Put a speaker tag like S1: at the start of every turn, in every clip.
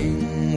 S1: 因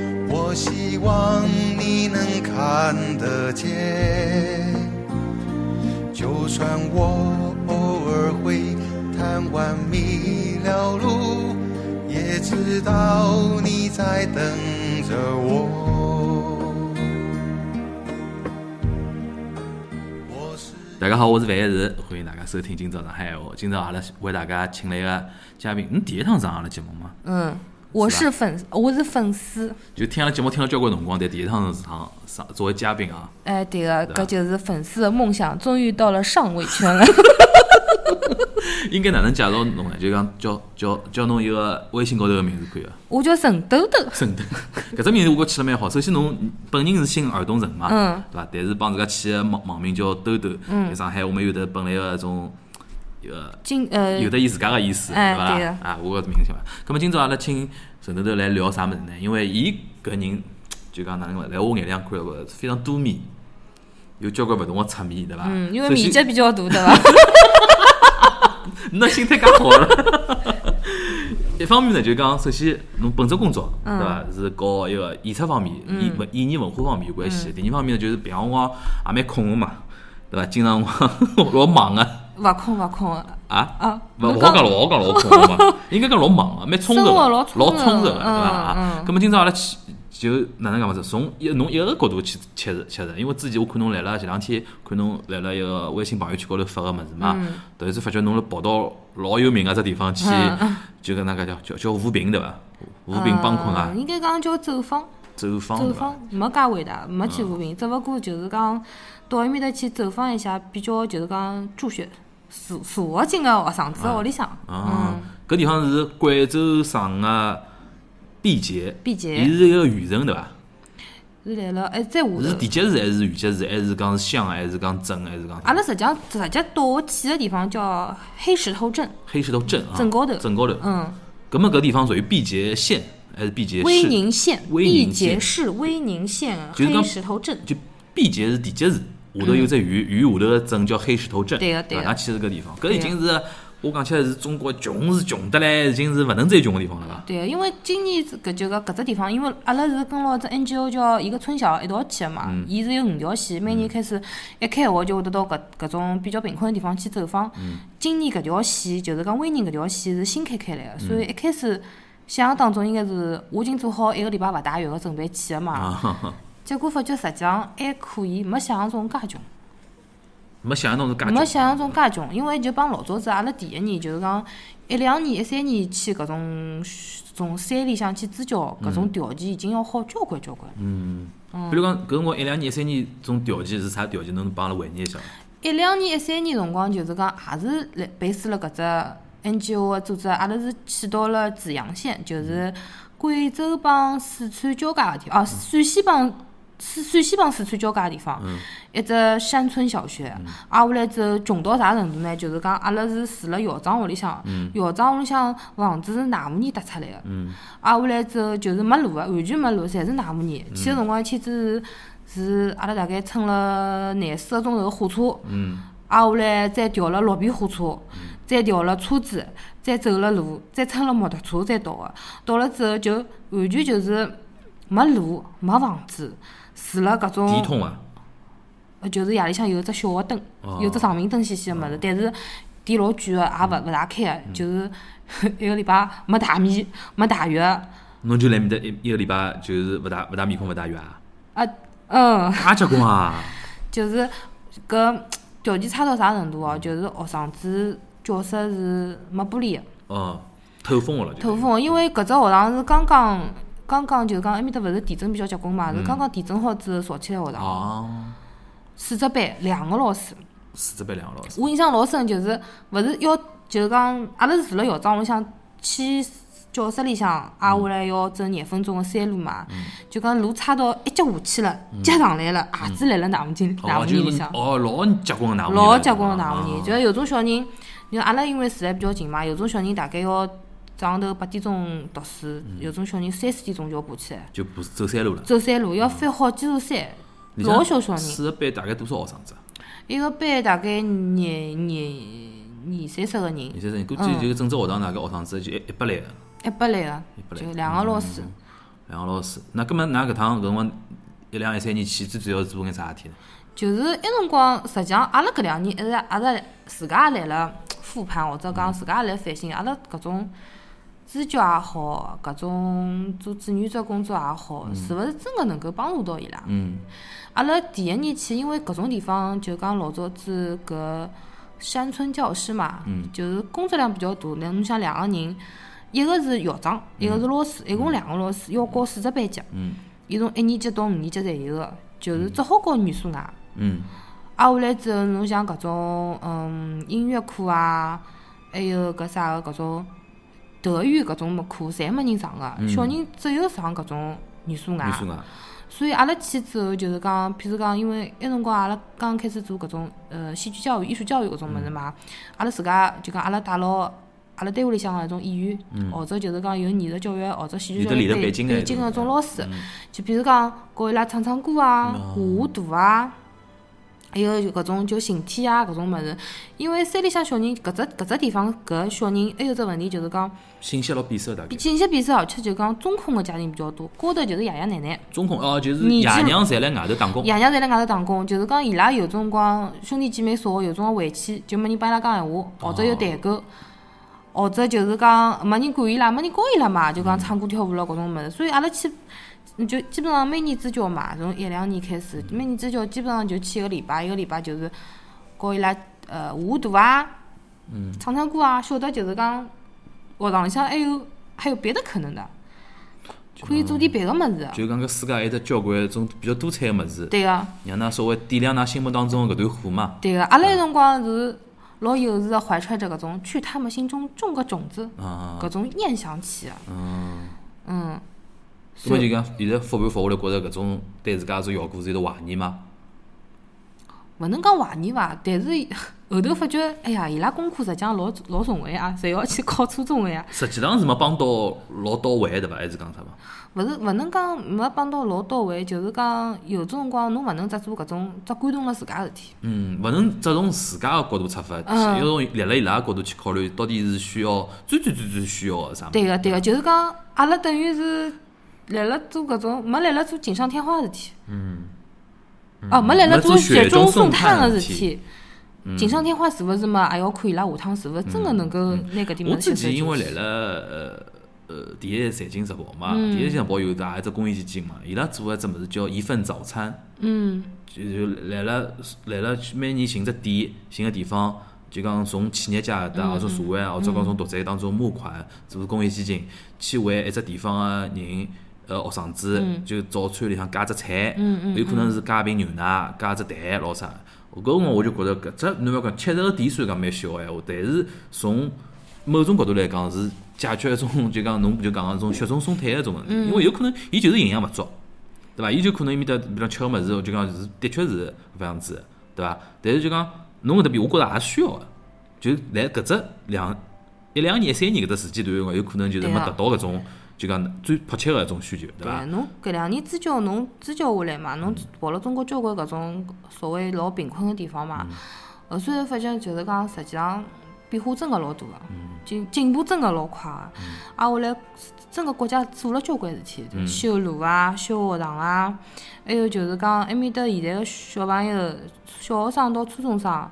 S1: 我希望你能看得见。就算我偶尔会贪玩迷了路，也知道你在等着我。我是
S2: 大家好，我是范一石，欢迎大家收听今朝上海话。今朝阿拉为大家请来个嘉宾，嗯侬第一趟上阿拉节目嘛？
S3: 嗯，我
S2: 是
S3: 是粉，我是粉丝，
S2: 就听阿拉节目听了交关辰光，但第一趟上上作为嘉宾啊，
S3: 哎，对个，
S2: 吧
S3: 搿就是粉丝的梦想，终于到了上位圈了。
S2: 应该哪能介绍侬呢？就讲叫叫叫侬一个微信高头个名字可以伐？
S3: 我叫陈豆豆，
S2: 沈腾， 搿只名字我觉起了蛮好。首先侬本人是新耳东人嘛，
S3: 嗯
S2: 对伐？但是帮自家起个网网名叫兜兜，嗯，上海我们有的本来个种呃
S3: 今呃，
S2: 有的伊自家个意思，
S3: 哎
S2: 伐
S3: 对
S2: 啦
S3: 的？
S2: 啊，我搿明显伐？咁么今朝阿拉请陈头头来聊啥物事呢？因为伊搿人就讲哪能讲，来我眼里向看了非常多面，有交关勿同个侧面，对伐？
S3: 嗯，因为
S2: 首
S3: 面
S2: 先
S3: 积比较大，对 伐？
S2: 那心态介好了。 一方面呢，就讲首先侬本职工作
S3: 嗯
S2: 对伐，是搞一个演出方面、演文演艺文化方面有关
S3: 嗯
S2: 系。第二方面呢，就是平常辰光也蛮空个嘛，对伐？经 常辰光老忙个
S3: 勿空勿空的
S2: 啊。
S3: 啊，
S2: 勿，
S3: 侬
S2: 我讲老，我讲老空个嘛，应该讲老忙个，蛮充实
S3: 生活
S2: 个，
S3: 老
S2: 老
S3: 充实
S2: 充实个，对伐？
S3: 嗯
S2: 啊
S3: 嗯，
S2: 咁么今朝阿拉去就哪能讲法子？从一侬一个角度去切入切入，因为之前我看侬来了前两天，看侬来了一个微信朋友圈高头发个物事嘛，
S3: 嗯
S2: 突然之发觉侬辣跑到老有名个只地方去， 就搿能介叫叫叫扶贫对伐？扶贫帮困啊
S3: 嗯嗯，应该讲叫走访，
S2: 走访
S3: 走
S2: 对伐？
S3: 访没介伟大，没去
S2: 嗯
S3: 扶贫，只勿过就是讲到埃面搭去走访一下，比较就是讲助学助助学金个学生
S2: 嗯
S3: 子屋里向，
S2: 啊
S3: 嗯，，
S2: 搿地方是贵州省个毕节，
S3: 毕节
S2: 伊是一个县城对伐？
S3: 是来了哎，再下头
S2: 是。地级市还是县级市，还是讲是乡，还是讲镇，还是讲
S3: 阿拉实际上直接到去个地方叫黑石头镇，
S2: 黑石头镇啊？
S3: 镇高头
S2: 镇高头。
S3: 嗯，
S2: 咁么搿地方属于毕节县还是毕节市？
S3: 威宁县
S2: 威
S3: 毕
S2: 宁
S3: 节
S2: 县
S3: 市威宁县
S2: 就是讲
S3: 黑石头镇。
S2: 就毕节是地级市，下头有只县，县下头个镇叫黑石头镇。
S3: 嗯对个啊对
S2: 伐
S3: 个
S2: 㑚去是搿地方，搿已
S3: 对个啊
S2: 经是我讲起来是中国穷是穷得来，已经是勿能再穷个地方了伐？
S3: 对，因为今年是搿就讲搿只地方，因为阿拉是跟牢只 NGO 叫一个村小一道去个嘛，
S2: 嗯
S3: 伊是有五条线，每年开始一开学就会得到搿搿种比较贫困个地方去走访。
S2: 嗯
S3: 今年搿条线就是讲威宁搿条线是新开开来个，
S2: 嗯
S3: 所以一开始想当中应该是我已经做好一个礼拜勿汏浴个准备去个嘛，
S2: 啊，
S3: 结果发觉实际上还可以，没想象中介穷。
S2: 没想象中是介
S3: 没
S2: 穷。
S3: 想象中介穷，因为就帮老早子阿拉第一年就是讲一两年、一三年去搿种从山里向去支教，搿种条件已经要好交关交关。
S2: 比如讲搿辰光一两年、一三年种条件是啥条件？侬能帮阿拉回忆一下伐？
S3: 一两年、一三年辰光就是讲也是来背书了搿只 NGO 个组织，阿拉是去到了紫阳县，就是贵州帮四川交界个地方，哦，陕西帮。四陕西帮四川交界个地方，一只山村小学，挨下来之后穷到啥程度呢？就是讲阿拉是住辣校长屋里向，校长屋里向房子是外母人搭出来个，挨下啊来之后就是没路个，完全没路，侪是外母人。
S2: 嗯
S3: 去个辰光一天子是是阿拉大概乘了廿四个钟头火车，
S2: 嗯
S3: 挨下来再调了绿皮火车，再调了车子，再走了路，再乘了摩托车再到个。到了之后就完全就是没路、没房子，住了搿
S2: 地
S3: 种，
S2: 通啊，
S3: 呃就是夜里向有一只小个灯
S2: 哦，
S3: 有只长明灯兮兮个物事，但是电老贵个，也
S2: 嗯
S3: 勿勿大开个，就是 一个礼拜没大米、没大浴，
S2: 侬就来面搭一一个礼拜就是勿大勿大面孔勿大月啊，
S3: 啊，嗯。
S2: 介结棍啊！
S3: 就是搿条件差到啥程度哦、就是学生子教室是没玻璃的，
S2: 哦，透风个了就。
S3: 透风的，因为搿只学堂是刚刚刚刚就是讲埃面搭勿是地震比较结棍嘛，是刚刚地震好之后造起来学堂，
S2: 哦，
S3: 四只班两个老师，
S2: 四只班两个老师。
S3: 我印象老深，就是勿是要就是讲阿拉是住辣校长屋里向去教室里向，挨下来要走廿分钟个山路嘛，就讲路差到一脚下去了，脚上来了，鞋子辣辣奶粉间奶
S2: 哦，
S3: 粉间
S2: 就
S3: 里
S2: 是
S3: 向，
S2: 哦，老结棍个奶
S3: 老结棍个啊奶
S2: 粉
S3: 粉间，就是有种小人，你看阿拉因为住得比较近嘛，有种小人大概要早上头八点钟读书，有种小人三四点钟就要爬起来
S2: 就不是走山路了。
S3: 走山路，要翻好几座山，
S2: 里向
S3: 老小小人。
S2: 四个班大概多少学生子啊？
S3: 一个班大概廿廿廿三十个人，
S2: 你先生，估
S3: 嗯
S2: 计就整只学堂大概学生子就一一百来个，
S3: 一百来
S2: 一
S3: 个，嗯
S2: 百来
S3: 就
S2: 个
S3: 两个老师。
S2: 两个老师。那根本㑚搿趟搿辰光一两一三年去，最主要是做眼啥事体呢？
S3: 就是一辰光，实际上阿拉搿两年一直阿拉自家也来了复盘，或者讲自家也来反省，阿拉搿种支教也好，搿种做志愿者工作也好，是勿是真个能够帮助到伊拉？
S2: 嗯，
S3: 阿拉第一年去，因为搿种地方就讲老早子搿山村教师嘛，就是工作量比较大。那侬想两个人，一个是校长，一个是老师，一共两个老师要教四只班级。
S2: 嗯
S3: 伊从一年级到五年级侪有个，就是只好教语数外。
S2: 嗯
S3: 挨下啊来之后，侬像搿种嗯音乐课啊，还有搿啥个搿种德语搿种么课，侪没人上个，小人只有上搿种啊语数外
S2: 你。说呢？
S3: 所以阿拉去之后，就是讲，譬如讲，因为埃辰光阿拉刚开始做搿种呃戏剧教育、艺术教育搿种物事
S2: 嗯
S3: 嘛，阿拉自家就讲阿拉带牢阿拉单位里向个那种演员，或者就是讲有艺术教育或者戏剧
S2: 嗯有
S3: 教
S2: 得
S3: 育
S2: 理论
S3: 背
S2: 背景的
S3: 背
S2: 那
S3: 景
S2: 种嗯
S3: 个种老师，就比如讲教伊拉唱唱歌啊、
S2: 嗯
S3: 画画图啊。还有就搿种就形体啊，搿种物事，因为山里向小人搿只搿只地方搿小人还有只问题就是讲，
S2: 信息老闭塞大概。
S3: 信息闭塞，而且就讲中控个家庭比较多，高头就是爷爷奶奶，
S2: 中控哦，就是
S3: 年纪
S2: 爷娘侪辣外头打工。
S3: 爷娘侪辣外头打工，就是讲伊拉有种辰光兄弟姐妹少，有种回去就没人帮伊拉讲闲话，或者有代沟，或者就是讲没人管伊拉，没人教伊拉嘛，就讲唱歌跳舞咯搿种物事。所以阿拉去就基本上每年支教嘛，从一两年开始，每年支教基本上就去一个礼拜，一个礼拜就是教伊拉呃画图啊，唱唱歌啊，晓得就是讲学堂里向还有还有别的可能的，可以做点别个物事。啊
S2: 就讲搿世界还有得交关种比较多彩个物事，
S3: 对啊个、
S2: 让㑚稍微点亮㑚心目当中的搿团火嘛。
S3: 对个，阿拉有辰光是老幼稚的怀揣着搿种去他们心中种个种子，
S2: 啊，
S3: 搿种念想起个。嗯
S2: 那么就讲现在复盘复下来，觉着搿种对自家做效果是有得怀疑嘛？
S3: 勿能讲怀疑伐，但是后头发觉，哎呀，伊拉功课实际上老老重个呀，侪要去考初中个啊呀，
S2: 实际上是没帮到老到位，对伐？还是讲啥嘛？
S3: 勿是勿能讲没帮到老到位，就是讲有种辰光侬勿能只做搿种只感动了自家事体。
S2: 嗯，勿能只从自家个角度出发，要从立辣伊拉个角度去考虑，到底是需要最最最最需要个啥物事？
S3: 对个对个，就是讲阿拉等于是辣辣做搿种没辣辣做锦上添花个事体。嗯。哦，没辣辣
S2: 没做
S3: 雪
S2: 雪
S3: 中
S2: 中
S3: 送
S2: 送
S3: 炭
S2: 炭
S3: 个
S2: 的
S3: 事
S2: 事
S3: 体
S2: 体。嗯
S3: 锦上添花是勿是嘛？哎还要看伊拉下趟是勿是真个能够拿搿
S2: 嗯
S3: 点
S2: 我
S3: 物事
S2: 自
S3: 吸收
S2: 己因为
S3: 进
S2: 来
S3: 去
S2: 了呃呃第一财经日报嘛，
S3: 嗯
S2: 第一财经日报有大一只公益基金嘛，伊拉做个只物事叫一份早餐，
S3: 嗯，
S2: 就就来了来了每年寻只点寻个地方。就讲从企业家搿
S3: 嗯
S2: 搭，或者社会啊，或者讲从读者当中募款做公益基金，去为一只地方个人，呃，学生子
S3: 嗯
S2: 就早餐里向加只菜，有可能是加瓶牛奶、加只蛋咾啥。搿辰光我就觉着搿只侬要讲切实个点虽然讲蛮小个闲哎话，但是从某种角度来讲是解决一种就讲侬就讲个种雪中送炭一种问题，因为有可能伊就是营养勿足。对伐？伊就可能伊面搭比如讲吃个物事，就讲是的确是搿样子的，对伐？但是就讲侬搿搭边，我觉着也需要个，就来搿只两一两年、三年搿只时间段有可能就是没
S3: 对啊
S2: 达到搿种就讲最迫切个一种需求，对嗯伐
S3: 对，？侬搿两年支教侬支教下来嘛，侬跑了中国交关搿种所谓老贫困个地方
S2: 嗯
S3: 嘛，后虽然发觉就是讲实际上变化真个老大个，
S2: 嗯
S3: 进进步真个老快个，啊下来真个国家做了交关事体，
S2: 嗯
S3: 修路啊、修学堂啊，还有就是讲埃面搭现在个小朋友，小学生到初中生。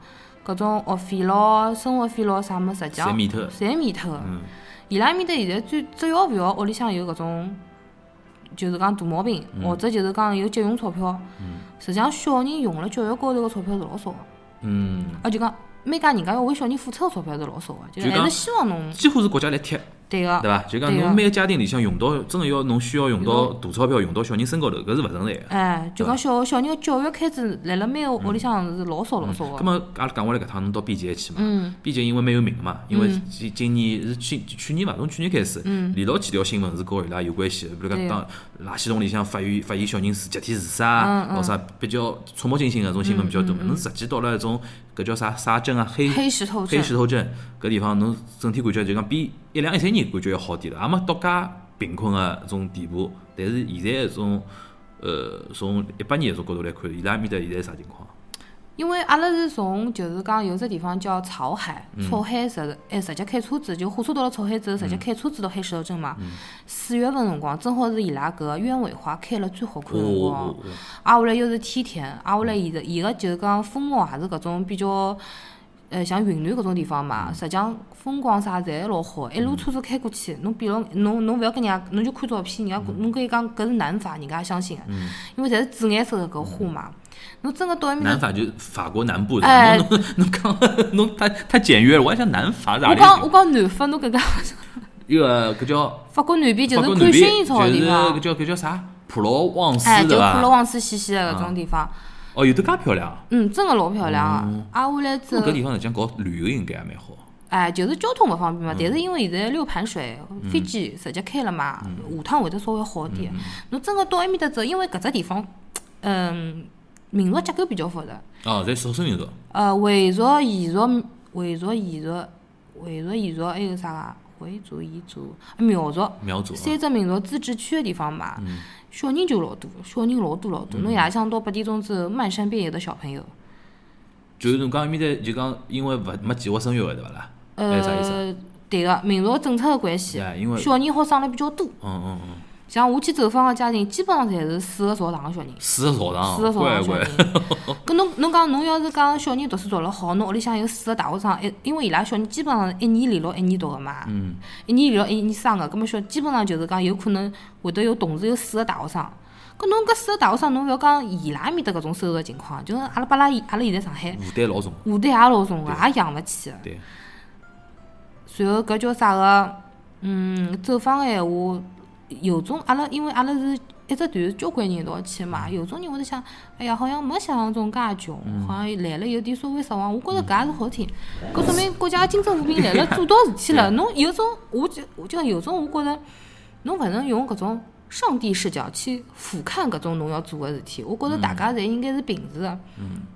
S3: 搿种学费咯、生活费咯，啥物事，实际上
S2: 侪免脱嗯
S3: 侪免脱个。伊拉埃面搭现在最只要勿要屋里向有搿种就是讲大毛病，
S2: 嗯
S3: 或者就是讲有急用钞票，实际上小人用了教育高头个钞票是老少个，
S2: 嗯，
S3: 啊就讲每家人家要为小人付出个钞票是老少个，就
S2: 就
S3: 还是
S2: 讲
S3: 希望侬
S2: 几乎是国家来贴，
S3: 对个，
S2: 对伐？就讲
S3: 对
S2: 侬
S3: 个
S2: 每个家庭里向用到，真个要侬需要用到大钞票，用到小人身高头，搿是勿存在个。
S3: 哎，就讲小小人个教育开支，辣辣每个屋里向是老少老少啊
S2: 葛
S3: 个。
S2: 么阿拉讲回来搿趟侬到 B 级去嘛？
S3: 嗯
S2: B 级因为蛮有名个嘛，因为今今年是去去年嘛，从去年开始，连牢几条新闻是跟伊拉有关系的，比如讲
S3: 嗯对
S2: 当垃圾桶里向发现发现小人自集体自杀
S3: 嗯，嗯嗯
S2: 或啥比较触目惊心个，种新闻比较多嘛。侬实际到了一种搿叫啥啥症啊，黑
S3: 黑石头
S2: 黑
S3: 症，
S2: 石头镇搿地方，侬整体感觉就讲比一两一三年感觉要好点了，也没到介贫困个种地步。但是现在种，呃，从一八年个种角度来看，伊拉埃面搭现在啥情况？
S3: 因为阿拉是从就是讲有只地方叫草海，
S2: 嗯
S3: 草海直哎直接开车子，就火车到了草海之后，直接开车子到黑石头镇嘛。
S2: 嗯
S3: 四月份辰光，正好是伊拉搿个鸢尾花开了最好
S2: 哦
S3: 看个辰
S2: 哦
S3: 光。
S2: 哦哦
S3: 啊，下来又是梯田，啊，下来伊的伊个就是讲风貌也是搿种比较，呃，像云南搿种地方
S2: 嗯
S3: 嘛，实际上风光啥侪老好的，一路车子开过去，侬比如侬侬勿要跟人家，侬就看照片，人
S2: 嗯
S3: 家侬跟伊讲搿是南法，人家也相信个，因为侪是紫颜色的搿花嘛，侬真个到埃面搭
S2: 嗯南法就是法国南部的，
S3: 嗯哎
S2: 侬侬侬讲侬太太简约了，我还想南法是哪
S3: 我
S2: 里？
S3: 讲我讲南法，侬搿个
S2: 一个搿叫
S3: 法国南边就
S2: 法
S3: 是
S2: 国
S3: 看
S2: 南边，
S3: 薰衣
S2: 就
S3: 草的
S2: 是啊
S3: 地
S2: 搿
S3: 方，
S2: 叫搿叫啥普罗旺斯
S3: 哎，
S2: 对
S3: 就普
S2: 伐？
S3: 罗旺斯西西的搿种地方，
S2: 哦，有得介漂亮啊，
S3: 嗯，真个老漂亮啊，啊，下来
S2: 嗯
S3: 之
S2: 哦搿
S3: 后。
S2: 地方实际上搞旅游应该也蛮好。
S3: 哎，就是交通勿方便嘛，但
S2: 嗯
S3: 是因为现在六盘水飞机直接开了嘛，
S2: 嗯
S3: 下趟会得稍微好点。侬真个到埃面搭走，因为搿只地方，嗯，民族结构比较复杂，
S2: 哦，在少数民族，
S3: 呃，回族、彝族、回族、彝族、回族、彝族，还有啥个？回族、彝族、哎苗族，
S2: 苗族啊嗯
S3: 三只民族自治区的地方嘛，小人就老多，小人老多老多。侬夜里向到八点钟之后，漫山遍野的小朋友，
S2: 就是侬讲埃面搭就讲因为勿没计划生育个对伐啦？还是啥意思啊？
S3: 呃，对个，民族政策的关系
S2: 哎因为，
S3: 小人好生了比较多。
S2: 嗯嗯嗯，
S3: 像我去走访个家庭，基本上侪是四个朝堂个小人，
S2: 四个朝堂，
S3: 四个朝
S2: 乖
S3: 堂小
S2: 啊乖
S3: 人，。搿侬侬讲侬要是讲小人读书读了好，侬屋里向有四个大学生，一因为伊拉小人基本上一年连牢一年读个嘛，
S2: 嗯
S3: 一年连牢一年生个，搿么小基本上就是讲有可能会得有同时有四个大学生。搿侬搿四个大学生，侬勿要讲伊拉埃面搭搿种收入情况，就是阿拉巴拉阿拉现在上海
S2: 负担老重。
S3: 负担也老重个，也养勿起个。
S2: 对，
S3: 随后搿叫啥个？嗯，走访个闲话，有种阿拉因为阿拉是一只团，交关人一道去嘛，有种人会得想，哎呀，好像没想象中介穷，好像来了有点稍微失望。我觉着搿也是好听，搿说明国家经济扶贫来了做到事体了。侬有种，我就我就讲有种，我觉着侬勿能用搿种上帝视角去俯瞰搿种侬要做个事体。我觉着大家侪应该是平视个。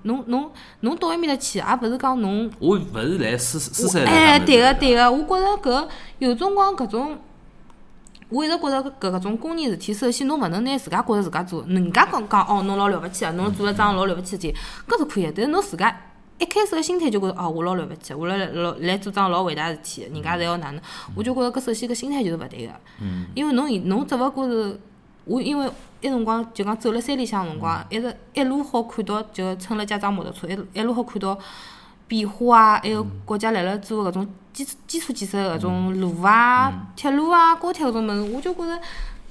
S3: 侬侬侬到埃面搭去，也勿是讲侬。
S2: 我勿是来私私
S3: 我
S2: 三来
S3: 哎，
S2: 上班
S3: 对个
S2: 的
S3: 对个，我觉着搿有辰光搿种，我一直觉着搿搿种公益事体，首先侬勿能拿自家觉着自家做，人家讲讲哦，侬老了勿起啊，侬做了桩老了勿起事体，搿是可以的，但是侬自家。一开始个心态就觉着哦，我老了勿起，我来老来做桩老伟大的事体，人家侪要哪能？我就觉着搿首先搿心态就是勿对个，
S2: 嗯
S3: 因为侬现侬只勿过是，我因为一辰光就讲走了山里向的辰光，一直一路好看到就乘了家长摩托车，一路一路好看到变化啊，还有国家辣辣做搿种基础基础建设搿种路啊、铁路啊、高铁搿种物事，我就觉着，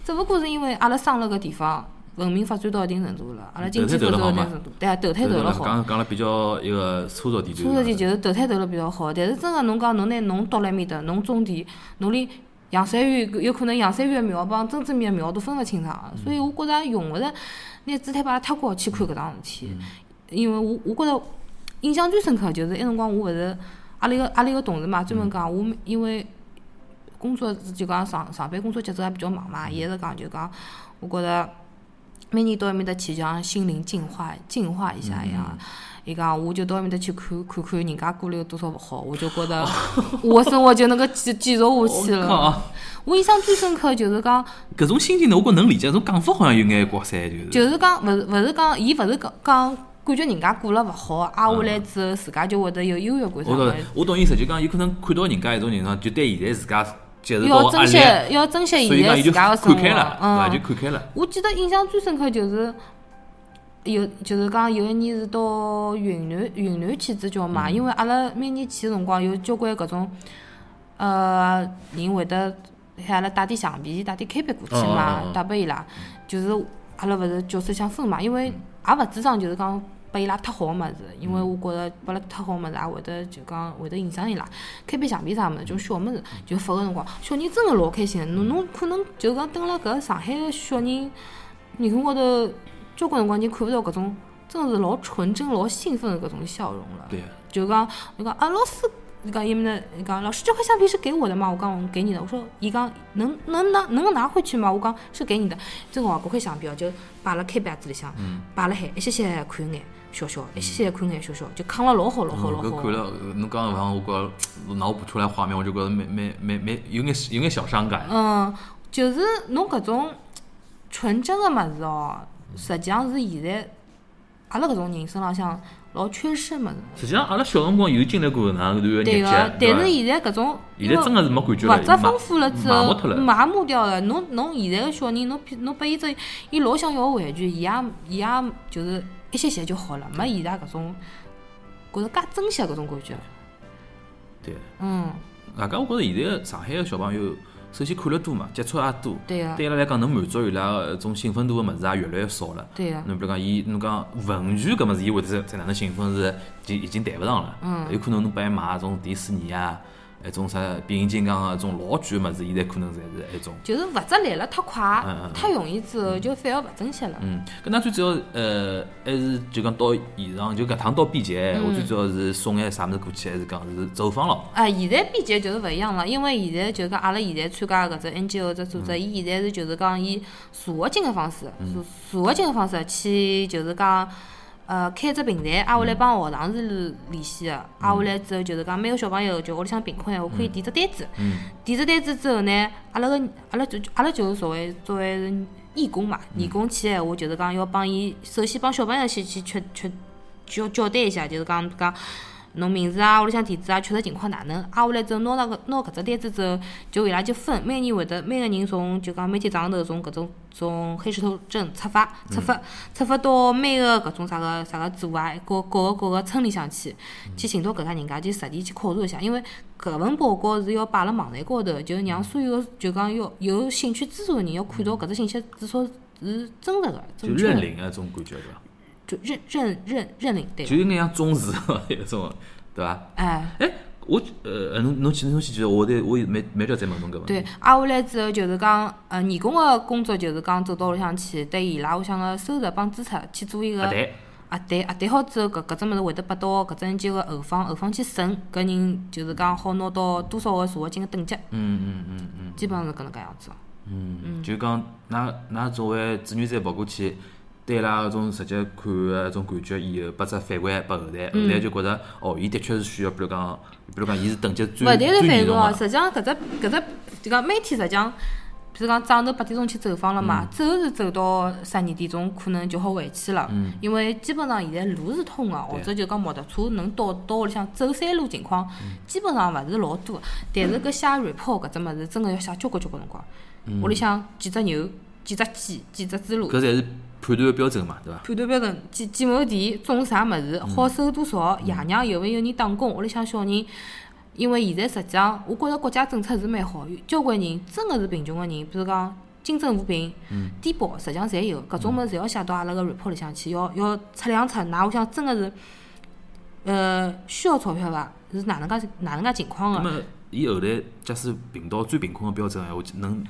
S3: 只勿过是因为阿拉生辣搿地方，文明发展到一定程度了，阿拉经济发展到一定程度，对啊，嗯投胎投了
S2: 了，
S3: 好。
S2: 讲讲了比较一个粗糙点，就是
S3: 车实际就是投胎投了比较好，但是真个侬讲侬拿侬到了埃面搭，侬种田，侬连洋山芋有可能洋山芋个苗帮珍珠米个苗都分勿清爽，所以我觉着用勿着拿姿态摆得太高去看搿桩事体，因为我我觉着印象最深刻就是埃辰光我勿是阿拉一个阿拉一个同事嘛，
S2: 嗯
S3: 专门讲我们因为工作就讲上上班工作节奏也比较忙嘛，
S2: 嗯
S3: 伊一直讲就讲我觉着。每年到埃面搭去，就像心灵净化、净化一
S2: 嗯
S3: 下一样。伊讲，我就到埃面搭去看看看人家过得有多少勿好，我就觉得我的生活就能够继继续下去
S2: 哦我靠
S3: 了。
S2: 啊，
S3: 我印象最深刻就是讲，
S2: 搿种心情呢，我觉能理解，种讲法好像有眼刮塞，就是。
S3: 就是讲，勿是勿是讲，伊勿是讲讲感觉人家过了勿好，啊下来之后自家就会得有优越感
S2: 嗯我
S3: 啥
S2: 懂
S3: 的。，
S2: 我懂意思，就讲有可能看到人家一种情况，就对现在自家接受
S3: 要
S2: 到的
S3: 珍惜
S2: 压力，，
S3: 要珍惜
S2: 所以
S3: 现
S2: 讲
S3: 在
S2: 伊就
S3: 自家
S2: 看
S3: 的生活。
S2: 开了，
S3: 嗯，
S2: 对伐？就看开了。
S3: 我记得印象最深刻就是有，就是讲有一年是到云南云南去支教
S2: 嗯
S3: 嘛，因为阿拉每年去个辰光有交关搿种呃人会得喊阿拉带点橡皮、带点铅笔过去嘛
S2: 嗯嗯嗯嗯，嗯
S3: 带拨伊拉。就是阿拉勿是教室里向分嘛，因为也勿主张就是讲拨伊拉忒好个物事，因为我觉着拨了忒好个物事也会得就讲会得影响伊拉。开篇橡皮啥物事，就小物事就发个辰光，小人真个老开心的。侬侬可能就讲蹲辣搿上海个小人面孔高头，交关辰光已经看勿到搿种真个是老纯真、老兴奋的搿种笑容了。
S2: 对，
S3: 就讲伊讲啊，老师，伊讲伊们伊讲老师这块橡皮是给我的吗？我讲我给你的。我说伊讲能能拿能拿回去吗？我讲是给你的。这个哦，搿块橡皮哦就摆辣开板子里向，摆辣海一些些看眼小小，一些些看眼小小，就扛了老好老好老
S2: 搿
S3: 好
S2: 看。了，呃侬刚刚讲我觉着脑补出来画面，我就觉着蛮蛮蛮蛮有眼有眼小伤感。
S3: 嗯，就是侬搿种纯真个物事哦，实际上是现在阿拉搿种人身浪向老缺失个物事。
S2: 实际上，阿拉小辰光有经历过搿能样一段
S3: 对
S2: 日
S3: 个
S2: 节，，
S3: 但是
S2: 伐
S3: 现在搿种因
S2: 现在
S3: 为
S2: 真的是没感觉了
S3: 物质
S2: 麻
S3: 丰富了之
S2: 麻木
S3: 后
S2: 脱，了
S3: 麻木掉了。侬侬现在个小人，侬譬侬拨伊只，伊老想要玩具，伊也伊也就是一些些就好了，没现在搿种觉着介珍惜搿种感觉。
S2: 对。
S3: 嗯，
S2: 外加我觉着现在的上海个小朋友，首先看了多嘛，接触也多，
S3: 对个
S2: 对伊拉来讲，能满足伊拉个种兴奋度个物事也越来越少了。
S3: 对啊个
S2: 侬比如讲，伊侬讲文具搿物事，伊会得在哪能兴奋是已经已经谈勿上了。
S3: 嗯
S2: 有可能侬拨伊买种迪士尼啊，一种啥变形金刚啊，种老贵个物事，现在可能侪是一种。
S3: 就是物质来了太快
S2: 嗯嗯、嗯
S3: 太容易之后，就反而勿珍惜了。
S2: 嗯，搿那最主要呃，还是就讲到现场，就搿趟到边界，
S3: 嗯
S2: 我最主要是送眼啥物事过去，还是讲是走访咯。
S3: 啊，现在边界就是勿一样了，因为现在就讲阿拉现在参加搿只 NGO 只组织，伊现在是就是讲以社会金个方式，社社会金个方式去就是讲。呃，开只平台，挨下来帮学堂是联系的，挨下来之后就是讲每个小朋友就屋里向贫困闲话可以填只单子，
S2: 嗯
S3: 填只单子之后呢，阿拉个阿拉就阿拉就是所谓作为是义工嘛，义工去闲话就是讲要帮伊，首先帮小朋友先去确确交交代一下，就是讲讲侬名字啊，屋里向地址啊，确实情况哪能？挨下来之后拿那个拿搿只单子之后，就伊拉就分，每人会得每个人从就讲每天早上头从搿种从黑石头镇出发，出
S2: 嗯
S3: 发出发到每个搿种啥个啥个组啊，各各个各个村里向去，
S2: 嗯
S3: 去寻到搿家人家去实地去考察一下，因为搿份报告是要摆辣网站高头，就让所
S2: 嗯
S3: 有的就讲要有兴趣知识个人要看到搿只信息，至少是真实个，
S2: 就
S3: 正确
S2: 认
S3: 的，
S2: 领啊，种感觉对伐？
S3: 就认认认认领对
S2: 就，有眼像中视一种，对伐？
S3: 哎。
S2: 哎，我呃，侬侬去侬去觉得，我得我也没没叫再问侬搿问题。
S3: 对，挨下来之后就是讲，呃，义工个工作就是讲走到屋里向去，对伊拉屋里向个收入帮支出去做一个
S2: 啊对，
S3: 核对核对好之后，搿搿只物事会得拨到搿只 NGO 个后方，后方去审，搿人就是讲好拿到多少个社会金个等级，
S2: 嗯嗯嗯嗯
S3: 基本上是搿能介样子。
S2: 嗯，就讲㑚㑚作为子女再跑过去，对伊拉搿种直接看个种感觉以后，拨只反馈拨后台，后台就觉着哦，伊的确是需要，比如讲，比如讲，伊是等级最
S3: 勿嗯但是
S2: 最严
S3: 反
S2: 重
S3: 过哦，
S2: 个，
S3: 实际上搿只搿只就讲每天实际上，比如讲早上头八点钟去走访了
S2: 嗯
S3: 嘛，走是走到十二点钟可能就好回去了，
S2: 嗯
S3: 因为基本上现在路是通个，或者就讲摩托车能到到屋里向走山路情况，
S2: 嗯
S3: 基本上勿是老多。但是搿写 report 搿只物事真个要写交关交关辰光，
S2: 嗯
S3: 屋里向几只牛、几只鸡、几只猪
S2: 搿
S3: 猡。
S2: 才是判断个标准嘛，对伐？
S3: 判断标准，几几亩地种啥物事，好收多少，爷娘有没有人打工，屋里向小人。因为现在实际上，我觉着国家政策是蛮好，有交关人真个是贫穷个人，比如讲精神扶贫、低保，实际上侪有。搿种物事侪要写到阿拉个 report 里向去，要要测量测，㑚屋里向真个是，呃，需要钞票伐？是哪能介哪能介情况
S2: 那
S3: 个？
S2: 么，伊后来假使评到最贫困个标准个闲话，就能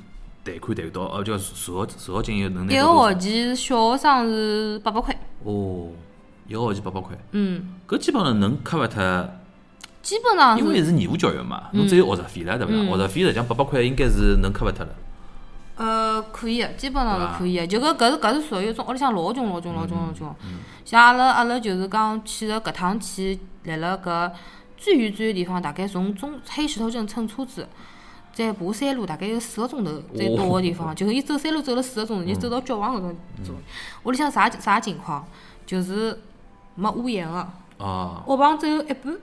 S2: 贷款贷到，哦，叫社社保金又能拿
S3: 一个
S2: 到多少
S3: 学期小学生是八百块，
S2: 哦，一个学期八百块，
S3: 嗯，
S2: 搿基本上能 cover 脱。
S3: 啊基本上
S2: 因
S3: 是
S2: 为是义务教育嘛，
S3: 嗯
S2: 侬只有学杂费了，对勿啦？学杂费实际上八百块应该是能 cover 脱了。
S3: 呃，可以的，基本上
S2: 对伐
S3: 是可以的。就搿搿是搿是属于一种屋里向老穷老穷老穷老穷。像阿拉阿拉就是讲去了搿趟去，辣辣搿最远最远地方，大概从中黑石头镇乘车子，再爬山路，大概有四个钟头再到个地方。就是伊走山路走了四个钟头，伊走到交房搿种种。屋里向啥啥情况？就是没屋檐个，
S2: 啊，
S3: 屋旁只有一半，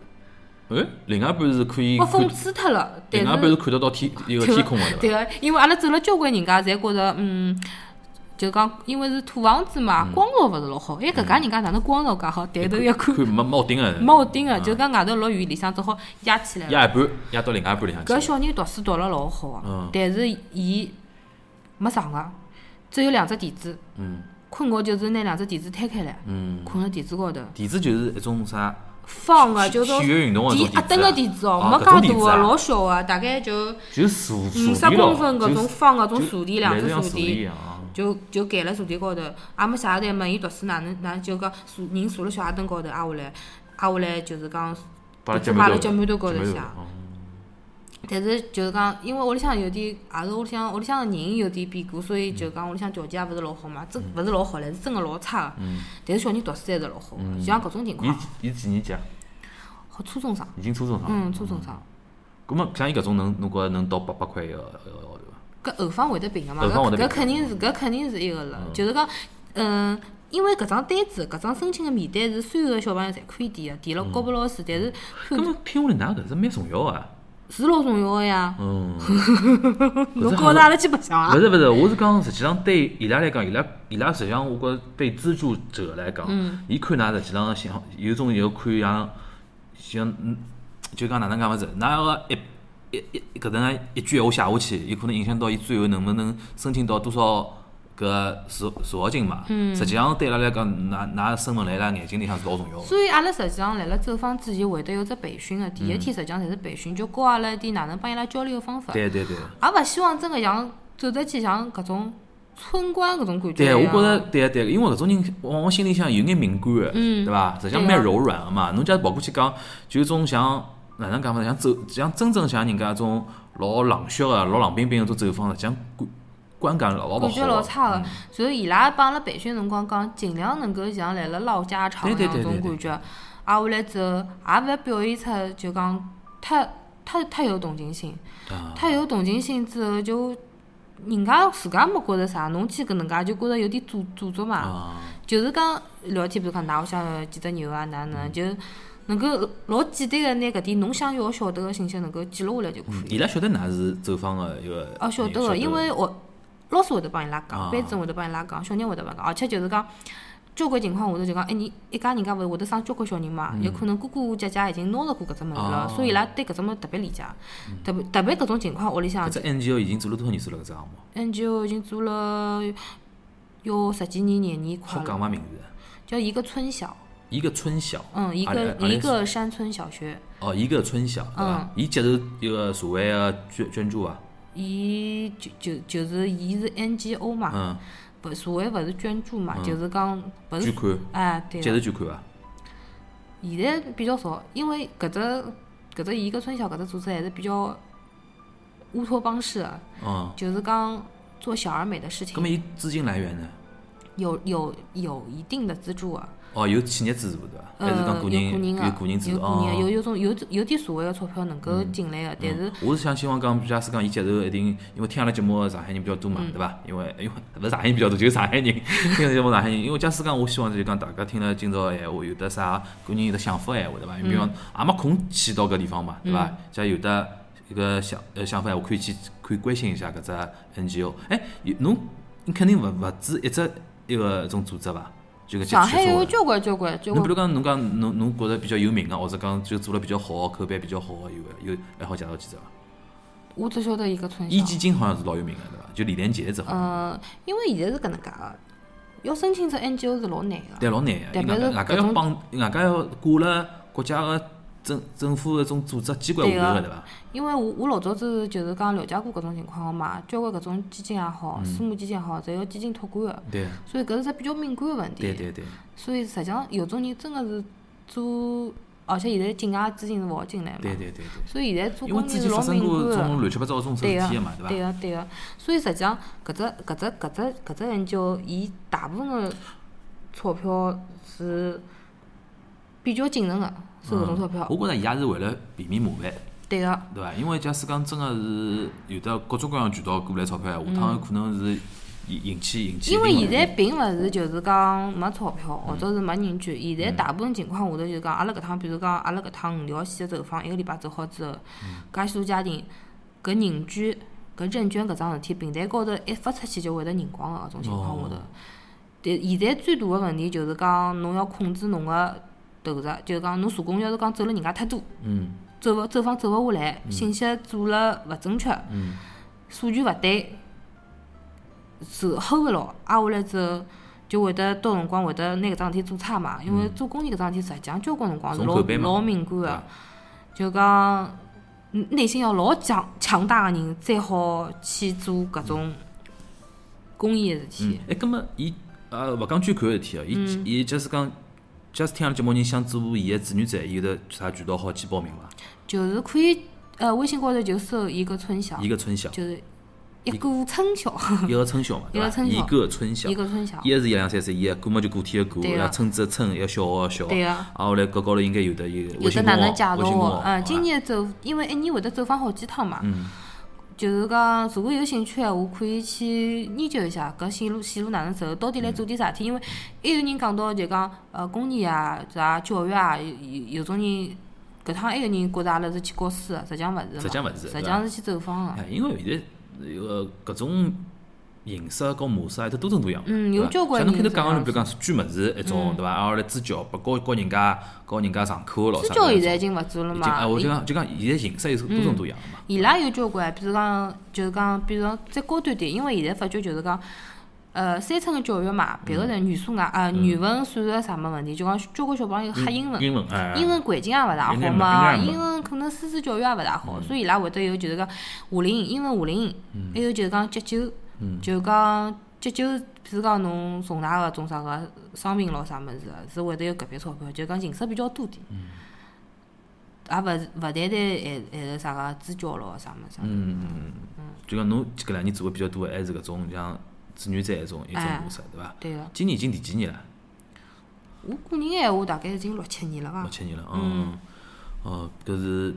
S2: 哎，另外一半是可以
S3: 被
S2: 看，
S3: 风吹脱了。但
S2: 另外一
S3: 是
S2: 半是看得到天一个
S3: 对
S2: 天空个，对伐？
S3: 对个，因为阿拉走了交关人家，侪觉着嗯，就讲因为是土房子嘛，
S2: 嗯
S3: 光照勿是老好。哎，搿家人家哪能光照介好？抬头一看，
S2: 看没没屋顶个，
S3: 没屋顶个，就讲外头落雨，里向只好压起来
S2: 嗯
S3: 了。
S2: 压一半，压到另外一半里向
S3: 搿
S2: 去。
S3: 小人读书读了老好啊
S2: 嗯
S3: 个，但是伊没上个，只有两只地址。
S2: 嗯，
S3: 困觉就是拿两只垫子摊开来，困辣垫子高头。
S2: 垫子就是一种啥？
S3: 放个就是
S2: 体育运动的那种垫子
S3: 垫压灯个
S2: 啊
S3: 垫子
S2: 啊
S3: 哦，没
S2: 搿种
S3: 介大
S2: 垫子
S3: 个，
S2: 啊
S3: 老小个，大概就
S2: 就是坐
S3: 五
S2: 坐
S3: 十
S2: 垫咯
S3: 公分，搿
S2: 就
S3: 种
S2: 是
S3: 放搿种
S2: 就
S3: 坐垫，两
S2: 类
S3: 只
S2: 似像
S3: 坐
S2: 垫一
S3: 垫
S2: 样啊。
S3: 就就盖辣坐垫高头，也没啥对问伊读书哪能哪能就讲坐人坐辣小矮凳高头，挨下来挨下来就是讲
S2: 把它
S3: 就
S2: 脚
S3: 摆
S2: 馒
S3: 辣
S2: 头
S3: 脚馒头高头
S2: 脚馒
S3: 向
S2: 哦
S3: 但是就是讲，因为屋里向有点，也是屋里向屋里向个人有点变故，所以就讲屋里向条件也勿是老好嘛，
S2: 嗯
S3: 真勿是老好唻，是真个老差个。但是小人读书还是老好个，
S2: 嗯
S3: 就像搿种情况，
S2: 伊伊几年级啊？
S3: 好初中生，
S2: 已经初中了。
S3: 嗯，初中生，
S2: 咁么像伊搿种能，侬觉着能到八百块一个呃一个号头伐？
S3: 搿后方会得平个嘛？
S2: 后方会
S3: 搿
S2: 得
S3: 搿
S2: 平
S3: 肯定是搿肯定是一个了，就是讲，嗯。因为搿张单子，搿张申请个面单是所有个小朋友侪可以填个，填了交拨老师，但是看
S2: 咁么拼下来，㑚搿是蛮重要啊。
S3: 是老重要个呀。
S2: 嗯，
S3: 侬告诉阿拉去白相啊
S2: 勿？是勿是，我是讲，实际上对伊拉来讲，伊拉伊拉实际上，我觉着对资助者来讲，伊看㑚实际上像有种有看像像嗯就讲哪能讲法子，㑚要一一一搿能介一句闲话写下去，有可能影响到伊最后能不能申请到多少。搿助助学金嘛，实际上对伊拉来讲，㑚㑚身份辣伊拉眼睛里向是老重要个。
S3: 所以阿拉实际上辣辣走访之前会得有只培训个，第一天实际上侪是培训，就教阿拉一点哪能帮伊拉交流个方法，也
S2: 对对对。
S3: 勿希望真个像走得去像搿种村官搿种感觉一
S2: 对，
S3: 样。
S2: 我觉着对对，因为搿种人往往心里向有眼敏感的，对伐？实际上
S3: 对啊
S2: 蛮柔软的嘛。侬假如跑过去讲，就种像哪能讲法，像走像真正像人家种老冷血的、老冷冰冰的种走访，实际上观观感老勿
S3: 感觉老
S2: 好。嗯
S3: 差个，所以伊拉帮阿拉培训辰光讲，尽量能够像来了唠家常一
S2: 对
S3: 样
S2: 对对
S3: 种
S2: 对
S3: 感觉，挨下来走，也勿要表现出就讲太太太有同情心，
S2: 啊
S3: 太有同情心之后就人家自家没觉着啥，侬去搿能介就觉着有点做做作嘛。
S2: 啊，就是
S3: 就是讲聊天，比如讲㑚屋向有几只牛啊，哪能就能够老简单个拿搿点侬想要晓得个信息能够记录下来就可以。
S2: 伊拉晓得㑚是走访的一个。
S3: 哦，晓得个，因为我老师会得帮伊拉
S2: 啊
S3: 讲，班主任会得帮伊拉讲，小人会得帮伊拉讲，而且就是讲。交关情况下头就讲，哎，你一家人家勿是会得生交关小人嘛，有可能哥哥姐姐已经拿着过搿只物事了，
S2: 哦
S3: 所以伊拉对搿只物事特别理解，特别特别搿种情况，屋里向
S2: 搿只 NGO 已经做了多少年数了？搿只项目，
S3: NGO 已经做了有十几年、廿年快
S2: 好讲
S3: 了，
S2: 伐名字？
S3: 叫一个村小，
S2: 一个春晓，
S3: 嗯，一
S2: 阿拉
S3: 个
S2: 阿拉
S3: 一个山村小学，
S2: 哦，一个春
S3: 嗯
S2: 晓，对伐？伊接受一个社会的捐捐助啊，
S3: 伊就就就是伊是 NGO 嘛，
S2: 嗯，
S3: 勿所谓勿是捐助嘛，就是讲勿
S2: 捐
S3: 是
S2: 款，
S3: 哎对
S2: 接
S3: 个。
S2: 受捐款啊伐？
S3: 现在比较少，因为搿只搿只伊个村小搿只组织还是比较乌托邦式的，
S2: 嗯。
S3: 就是讲做小而美的事
S2: 咁么
S3: 情，
S2: 伊资金来源呢？
S3: 有有有一定的资助啊，
S2: 哦，有企业资助对伐？啊还是
S3: 呃
S2: 讲
S3: 有
S2: 个
S3: 个人
S2: 人
S3: 个，有
S2: 个人资助？
S3: 个人啊
S2: 哦嗯
S3: 个，有有种有有点所谓个钞票能够进来个，但是
S2: 我是想希望讲，假使讲伊接受一定，因为听阿拉节目的上海人比较多嘛，
S3: 嗯
S2: 对伐？因为因 为勿是上海人比较多，就是上海人 听阿拉节目上海人。因为假使讲，我希望就是讲大家听了今朝的闲话，有的啥个人有的想法的闲话，对伐？
S3: 嗯
S2: 因为也没空去到搿地方嘛，对伐？假如有的一个想呃想法的闲话，可以去可以关心一下搿只 NGO。哎，有侬你肯定勿勿止一只一个种组织伐？就搿些
S3: 上海
S2: 机构
S3: 有
S2: 的
S3: 交关交关交
S2: 侬比如讲，
S3: 关
S2: 侬讲侬侬觉着比较有名个，或者讲就做了比较好个，口碑比较好个，有个有还好介绍几只伐？
S3: 我只晓得一个村小。
S2: 伊基金好像是老有名个，对伐？就李连杰一只好像，
S3: 呃，因为现在是搿能介个，要申请只 NGO 是老难啊个。
S2: 对老难个，
S3: 特
S2: 因
S3: 别
S2: 为
S3: 是
S2: 外加
S3: 搿
S2: 要
S3: 种
S2: 帮外加要挂了国家个政政府个种组织机关
S3: 对
S2: 下头个，
S3: 个
S2: 对伐？
S3: 因为我我老早子就是讲了解过搿种情况个嘛，交关搿种基金也
S2: 嗯
S3: 好，私募基金也好，侪要基金托管个，
S2: 对
S3: 所以搿是只比较敏感个问题。
S2: 对对对，
S3: 所以实际上有种人真个是做，而且现在境外资金是勿好进来嘛。
S2: 对对对对，
S3: 所以现在做
S2: 因为
S3: 公益
S2: 之
S3: 是
S2: 前
S3: 老
S2: 发生
S3: 敏
S2: 过
S3: 感
S2: 种
S3: 个。
S2: 乱七八糟种事
S3: 对
S2: 体
S3: 个
S2: 个嘛，，
S3: 对啊
S2: 伐？
S3: 个，对个。所以实际上，搿只搿只搿只搿只 NGO，伊大部分个钞票是比较谨慎个收搿种钞票。
S2: 我觉着伊也是为了避免麻烦。
S3: 对啊个，
S2: 对伐？因为假使讲真个是有的各种各样渠道过来钞票，下趟可能是引引起引起一定的问嗯
S3: 嗯因为
S2: 题。
S3: 现在并勿是就是讲没钞票，或者是没人捐。现
S2: 嗯
S3: 在大部分情况下头就是讲，阿拉搿趟，比如讲阿拉搿趟五条线个走访，一个礼拜走好之后，
S2: 嗯
S3: 介许多家庭搿认捐、搿认捐搿桩事体，平台高头一发出去就会得人光个搿种情况下头
S2: 哦。
S3: 但现在最大个问题就是讲，侬要控制侬个投入，就是讲侬社工要是讲走了人家太多，
S2: 嗯，
S3: 走勿走访走勿下来，信息做了勿正确，
S2: 嗯
S3: 数据勿对，是 hold 勿牢，挨下来之后就会得到辰光会得拿搿桩事体做差嘛，因为做公益搿桩事体实际上交关辰光是
S2: 从
S3: 老
S2: 嗯口碑嘛
S3: 老敏感
S2: 对啊
S3: 个
S2: 伐，
S3: 就讲嗯内心要老强强大个人，才好去做搿种公益个事
S2: 嗯
S3: 体。，
S2: 哎，葛么伊呃勿讲捐款个事体哦，
S3: 嗯
S2: 伊伊假使讲，假使听阿拉节目人想做伊个志愿者，伊有得啥渠道好去报名伐？
S3: 就是可以，呃，微信高头就搜一个春晓
S2: 一，个春晓，
S3: 就是一个春晓，
S2: 一个春晓嘛，对
S3: 一个
S2: 伐？
S3: 春
S2: 一
S3: 晓
S2: 个春晓
S3: 一，个春晓，
S2: 一是一两三四一，葛么就个体个个，
S3: 对
S2: 要
S3: 个
S2: 村子个村，要小学个小学。
S3: 对个
S2: 啊，后来搿高头应该有得有微
S3: 有
S2: 信
S3: 的
S2: 公号，
S3: 哪能
S2: 微
S3: 介绍
S2: 信公号
S3: 我？，嗯，今
S2: 年
S3: 年走，因为一年会得走访好几趟嘛。
S2: 嗯
S3: 就是讲，如果有兴趣的话，可以去研究一下搿线路线路哪能走，
S2: 嗯
S3: 到底来做点啥事体。因为还有人讲到就讲，呃，公益啊、啥教育啊，有有有种人，搿趟还有人觉着阿拉是去教书的，实际上勿是嘛，
S2: 实际上勿是
S3: 实
S2: 对
S3: 际
S2: 伐
S3: 上是去走访的。
S2: 哎，因为现在呃搿种形式和模式还得多种多样嘛。
S3: 嗯有
S2: 对伐
S3: 交关
S2: 像侬开头
S3: 人
S2: 讲
S3: 这
S2: 个，
S3: 样
S2: 比如讲是捐物事一种，对伐？然后来支教，拨教教人家教人家上课咯
S3: 支
S2: 啥
S3: 教
S2: 的那
S3: 现在
S2: 种
S3: 已经勿做了
S2: 已经哎，
S3: 嘛，
S2: 我
S3: 伊
S2: 就讲就讲现在形式也是多种多样的嘛。
S3: 伊拉有交关，比如讲，就是讲，比如讲再高端点，因为现在发觉就是讲，呃，山村个教育嘛，别个人语数外啊，语文算是啥没问题，就讲交关小朋友黑英文，
S2: 英文哎，
S3: 英文环境也勿啊大
S2: 应该
S3: 好
S2: 没
S3: 嘛，
S2: 应该没
S3: 英文可能师资教育也勿大
S2: 嗯
S3: 好，所以伊拉会得有就是讲夏令营、英文夏令营，还有就是讲急救，
S2: 嗯
S3: 就讲急救，譬如讲侬重大个种啥个伤病咯啥物事，是会得有搿笔钞票，就讲形式比较多点。
S2: 嗯
S3: 啊也勿是勿单单还还是啥个支教咯啥物事，
S2: 嗯就讲侬搿两年做的比较多的还是搿种像志愿者一种一种
S3: 哎
S2: 模式，对伐？
S3: 对个。
S2: 今年已经第几年了？
S3: 我个人闲话大概已经六七年了
S2: 六
S3: 伐，
S2: 七年了，嗯，哦，搿是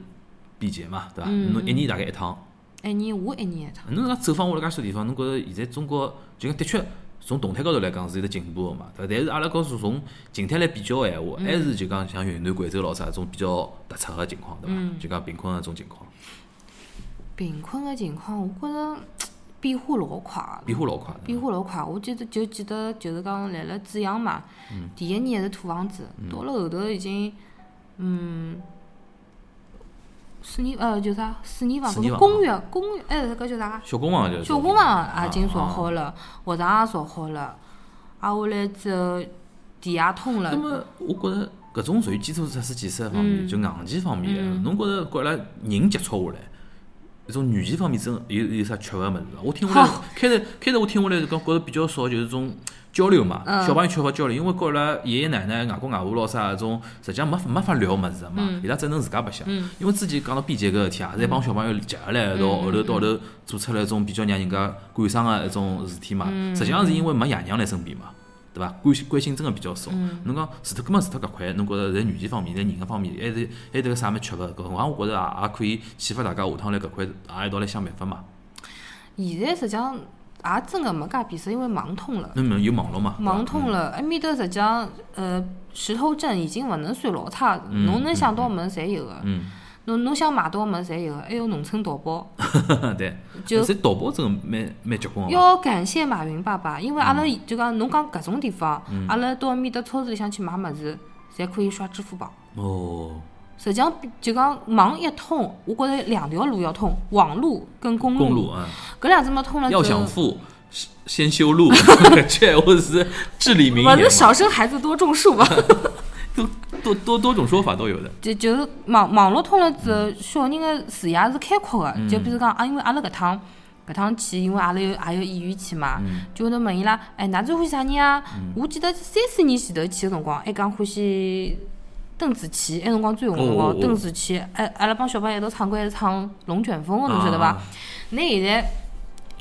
S2: 毕节嘛，对伐？侬一年大概一趟，
S3: 一年我一年一趟。
S2: 啊侬讲走访下来介许多地方，侬觉着现在中国就讲的确从动态高头来讲是有得进步个嘛，对伐？但是阿拉告诉从静态来比较个闲话，还是就讲像云南、贵州咾啥种比较突出个情况，对伐？就讲贫困个种情况，
S3: 贫困个情况，我觉着变化老快啊。
S2: 变化老快。
S3: 变化老快。我记得就记得就是讲来了紫阳嘛，第一年还是土房子，到了后头已经嗯。水泥呃，就啥水泥房，
S2: 水泥
S3: 搿
S2: 房
S3: 公寓公寓，哎，搿叫啥个？
S2: 小公房就是
S3: 小公房啊也已经造好了，学堂也造好了，挨下来之后地也通了嗯
S2: 那。么我觉着搿种属于基础设施建设方面，就硬件方面的，侬觉着跟阿拉人接触下来，一种软件方面真有有啥缺乏物事伐？我听下来
S3: 好
S2: 开头开头我听下来是讲觉着比较少，就是种交流嘛，
S3: 嗯
S2: 小朋友缺乏交流，因为跟阿拉爷爷奶奶、外公外婆咾啥搿种，实际上没没法聊物事的嘛，
S3: 嗯
S2: 伊拉只能自家白相。因为之前讲到边界搿事体啊，是一帮小朋友集合来一道，
S3: 嗯
S2: 后头到后头做出来一种比较让人家感伤的一种事体嘛，
S3: 嗯
S2: 实际上是因为没爷娘来身边嘛。对伐？关心关心真个比较少。
S3: 嗯
S2: 侬讲除脱搿么除脱搿块，侬觉着在软件方面、在人个方面，还是还得有啥物事缺乏？搿辰光我觉着啊也也可以启发大家，下趟来搿块啊也一道来想办法嘛。
S3: 现在实际上也真个没介闭塞，因为网通了。
S2: 侬有网络嘛？对伐
S3: 网通了，埃面搭实际上，呃，石头镇已经勿能算老差，侬能想到物事侪有个，
S2: 嗯
S3: 侬侬想买到物事侪有个，还有农村淘宝。
S2: 对，
S3: 就
S2: 实淘宝真个蛮蛮结棍个嘛。
S3: 要感谢马云爸爸，因为阿拉
S2: 嗯
S3: 就讲侬讲搿种地方，阿拉到埃面搭超市里向去买物事，侪可以刷支付宝。
S2: 哦，
S3: 实际上就讲网一通，我觉着两条路要通，网路跟公
S2: 公路啊，
S3: 搿两只么通了之
S2: 要
S3: 后，
S2: 想富，先先修 路， 搿句闲话是至理名
S3: 勿是
S2: 言嘛。
S3: 少生孩子多种树伐？
S2: 多多多多种说法都有的。
S3: 就就是网网络通了之后，小人个视野是开阔
S2: 嗯
S3: 个。就比如讲，啊，因为阿拉搿趟搿趟去，因为阿拉有也有演员去嘛，
S2: 嗯
S3: 就会得问伊拉，哎，㑚最欢喜啥人啊？我记得三四年前头去个辰光，还讲欢喜邓紫棋，埃辰光最红个辰
S2: 哦哦
S3: 光，
S2: 哦
S3: 邓紫棋，哎，阿拉帮小朋友一道唱歌，还是唱《龙卷风》个，侬晓得伐
S2: 啊？
S3: 那现在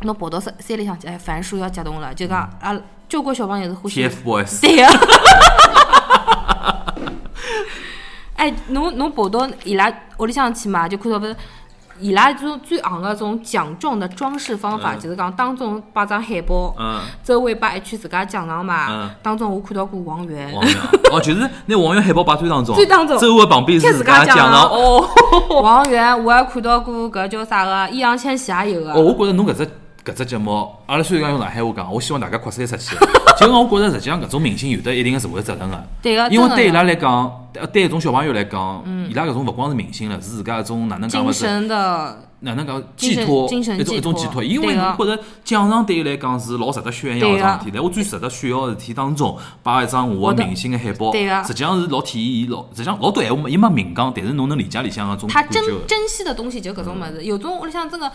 S3: 侬跑到山山里向去，哎，樊树要激动了，就讲
S2: 嗯
S3: 啊，交关小朋友是欢喜
S2: TFBOYS
S3: 对呀、 哎，侬侬跑到伊拉屋里向去嘛，就看到勿是伊拉种最昂个种奖状的装饰方法，
S2: 嗯
S3: 就是讲当中摆张海报，
S2: 嗯，
S3: 周围摆一圈自家奖状嘛。
S2: 嗯
S3: 当中我看到过王源，
S2: 王源哦，就是拿王源海报摆最当中，
S3: 最当中
S2: 周围旁边
S3: 贴
S2: 是
S3: 自
S2: 家
S3: 家
S2: 奖
S3: 奖
S2: 状
S3: 状
S2: 哦。
S3: 王源我还看到过搿叫啥个易烊千玺也有个。
S2: 哦，我觉着侬搿只搿只节目，阿拉虽然讲用上海话讲，我希望大家扩散出 去。就讲我觉着，实际上搿种明星有得一定的社会责任个。
S3: 对个
S2: 因为
S3: 啊真的
S2: 对伊
S3: 呀嗯
S2: 拉来讲，对对一种小朋友来讲，伊拉搿种勿光是明星了，是自家一种哪能讲
S3: 精
S2: 法子？
S3: 神的
S2: 哪能讲
S3: 精
S2: 寄
S3: 神
S2: 托
S3: 精神
S2: 一种
S3: 寄
S2: 一种
S3: 托
S2: 寄托，因
S3: 对
S2: 为
S3: 个
S2: 侬觉着奖赏对伊来讲是老值得炫耀
S3: 对
S2: 一桩
S3: 个
S2: 事体，但我最值得炫耀的事体当中，摆一张我
S3: 我的
S2: 的明星的海报，
S3: 对啊个
S2: 实际上是老体现伊老，实际上老多闲话伊没明讲，但是侬能理解里向个种
S3: 他
S2: 感觉
S3: 珍
S2: 的。
S3: 珍惜的东西就搿种
S2: 嗯
S3: 物事，有种屋里向真个。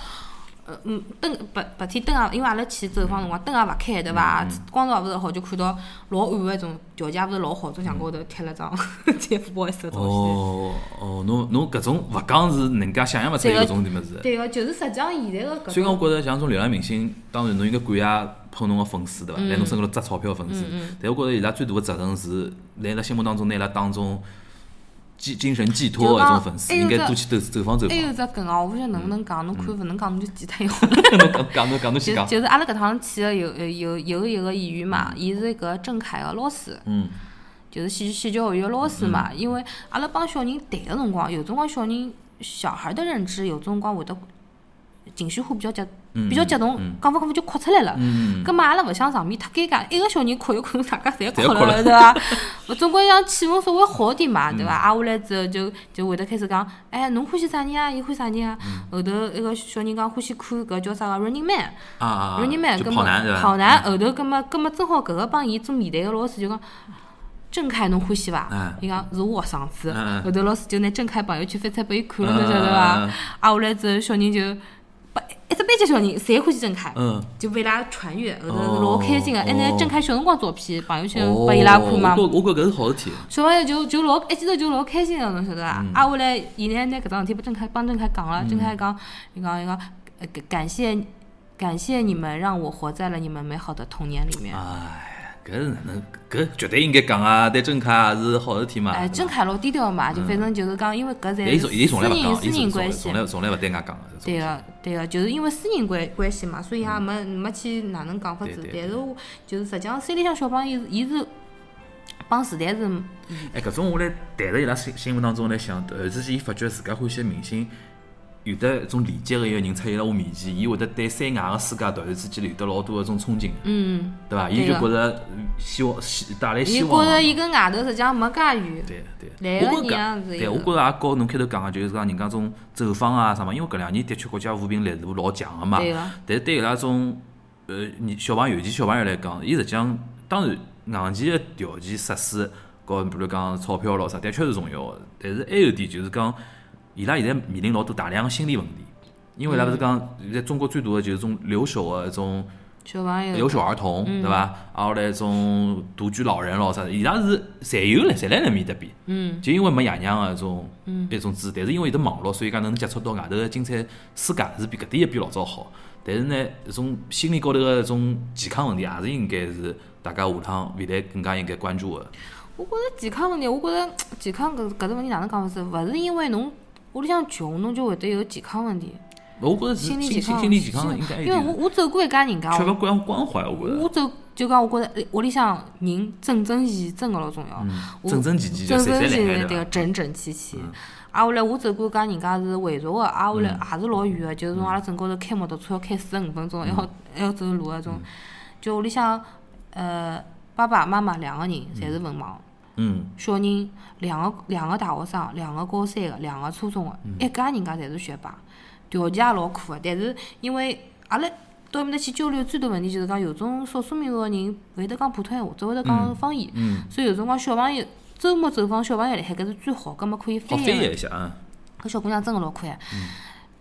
S3: 呃，嗯，灯白白天灯啊，因为阿拉去走访辰光灯也勿开，对伐？
S2: 嗯
S3: 光照也勿是好，就看到老暗个一种条件也勿是老好，种墙高头贴了 张 TFBOYS 的东西。
S2: 哦哦，侬侬搿种勿讲是人家想象勿出来
S3: 对个
S2: 搿种物事。
S3: 对个，就是实际上现在个
S2: 所以
S3: 搿
S2: 讲，
S3: 种
S2: 我觉着像种流量明星，当然侬应该感谢捧侬个粉丝对
S3: 嗯
S2: 伐？来侬身高头砸钞票的粉丝，但我觉着伊拉最大个责任是，辣伊拉心目当中拿伊拉当中寄精神寄托个一种粉丝，
S3: 就
S2: 应
S3: 讲哎
S2: 该多去走走访走
S3: 还
S2: 访。
S3: 有只梗啊，我勿晓得能不能讲，侬看勿能讲，侬就 记脱伊好了。
S2: 侬讲讲侬讲侬
S3: 就
S2: 先嗯讲，
S3: 就是阿拉搿趟去个有有有有一个演员嘛，伊是搿郑恺个老师，
S2: 嗯，
S3: 就是戏剧戏剧学院个老师嘛。因为阿拉帮小人谈个辰光，有辰光小人小孩的认知，有辰光会得情绪化比较激，比较激动，讲勿讲勿就哭出来了。
S2: 嗯
S3: 葛末阿拉勿想场面太尴尬，一个小人哭一哭，大家侪哭
S2: 侪哭
S3: 了，
S2: 了嗯
S3: 对伐？ 我总归让气氛稍微好点嘛，对伐？挨下来之后就就会得开始讲，哎，侬欢喜啥人啊？伊欢喜啥人啊？
S2: 嗯
S3: 后头一个小人讲欢喜看搿叫啥个 Running Man。
S2: 啊啊，啊
S3: Running Man，
S2: 就
S3: 葛
S2: 跑
S3: 末
S2: 男对嗯伐？
S3: 跑男后头，葛末葛末正好搿个帮伊做面谈个老师就讲。郑恺侬欢喜伐
S2: 嗯？
S3: 伊讲是我学生子
S2: 嗯嗯，
S3: 后头老师就拿郑恺朋友圈翻出来拨伊看了，
S2: 嗯
S3: 侬晓得
S2: 嗯嗯
S3: 伐
S2: 嗯？
S3: 啊，后来之后小人就，把一只班级小人侪欢喜郑恿，
S2: 嗯，
S3: 就被伊拉传阅，后头
S2: 哦
S3: 是老开心个，还拿
S2: 哦
S3: 郑恺小辰光照片朋友圈
S2: 哦
S3: 拨伊拉看嘛
S2: 我觉。我觉搿是好事体，
S3: 小朋友就就老一记头就老开心个，侬晓得伐？
S2: 嗯
S3: 啊，后来伊呢拿搿桩事体拨郑恺帮郑恺讲了，郑恺讲伊讲伊讲呃感感谢感谢你们让我活在了你们美好的童年里面。
S2: 哎，搿是哪能搿绝对应该讲啊，对郑恺也是好事体嘛。
S3: 哎，郑
S2: 恺，
S3: 恺老低调
S2: 嗯
S3: 嘛，就反正就是讲，因为搿
S2: 但伊
S3: 侪
S2: 从
S3: 是
S2: 伊从
S3: 嗯私
S2: 来勿
S3: 人
S2: 讲，
S3: 私
S2: 伊从
S3: 人关
S2: 从
S3: 系
S2: 从。来从来勿对外讲个。这种
S3: 对啊个，对个，就是因为私人关关系嘛，所以也没没去哪能讲法子
S2: 对。对
S3: 但是我就是实际上山里向小朋友，伊是帮时代是
S2: 哎，搿种我来谈着伊拉心心目当中来想，突然之间发觉自家欢喜的明星，有得一种连接的一个人出现辣我面前，伊会得对山外个世界突然之间有得老多的一种憧憬，
S3: 嗯，
S2: 对伐？
S3: 对
S2: 伊就
S3: 个
S2: 觉着希望希带来
S3: 伊
S2: 希
S3: 觉
S2: 望啊
S3: 着
S2: 嘛。
S3: 伊跟外头实际上没介远。
S2: 对对，
S3: 来个
S2: 我觉
S3: 人
S2: 着
S3: 也
S2: 搿，
S3: 是
S2: 对
S3: 一
S2: 我
S3: 个
S2: 觉着也和侬开头讲个，就是讲人家种走访啊啥嘛，因为搿两年的确国家扶贫力度老强个嘛，
S3: 对啊个
S2: 但是对伊拉种呃你小朋友，尤其小朋友来讲，伊实际上当然硬件个条件设施，和比如讲钞票咯啥，的确是重要个。但是还有一点就是讲，伊拉现在面临老多大量个心理问题，因为伊拉勿是
S3: 嗯
S2: 讲现在中国最大个就是种留守个一种。
S3: 小朋友，
S2: 留守儿童，
S3: 嗯
S2: 对伐？啊，后来种独居老人咯啥的，伊拉是侪有嘞，侪辣那面搭边。
S3: 嗯，
S2: 就因为没爷娘个一种一种支持，但是因为有得网络，所以讲能接触到外头个精彩世界是比搿点也比老早好。但是呢，搿种心理高头个一种健康问题，啊也是应该是大家下趟未来更加应该关注个。
S3: 我觉着健康问题，我觉着健康搿搿只问题哪能讲法子？勿是因为侬屋里向穷，侬就会得有健康问题，
S2: 我觉着是
S3: 心
S2: 心
S3: 理
S2: 心
S3: 健康。
S2: 心理健康应该有
S3: 啊因为我
S2: 点
S3: 我走过一家人家，
S2: 哎缺乏
S3: 我
S2: 关关怀，我觉着
S3: 我走就讲，我觉着屋里向人整整齐真个老重
S2: 嗯
S3: 要，我
S2: 整整齐齐就
S3: 整
S2: 侪
S3: 整齐
S2: 侪
S3: 齐
S2: 辣盖
S3: 对
S2: 对嗯
S3: 个
S2: 伐？
S3: 整整齐齐。啊，后来我走过一家人家是回族个，啊，后来
S2: 嗯
S3: 也是老远个，就是从阿拉镇高头开摩托车要开四十五分钟，还要
S2: 嗯
S3: 还要走路那种。就屋里向呃爸爸妈妈两个人侪是文盲。
S2: 嗯，
S3: 小人两个两个大学生，两个高三个，两个初中个，
S2: 嗯
S3: 一家人家侪是学霸，条件也老苦个。但是因为阿拉到埃面搭去交流，最大问题就是讲有种少数民族个人勿会得讲普通闲话，只会得讲方言，
S2: 嗯
S3: 所以有辰光小朋友周末走访小朋友辣海搿是最好，搿么可以
S2: 好嗯
S3: 翻
S2: 翻
S3: 译
S2: 译
S3: 个。
S2: 一下啊。
S3: 搿小姑娘真个老可爱，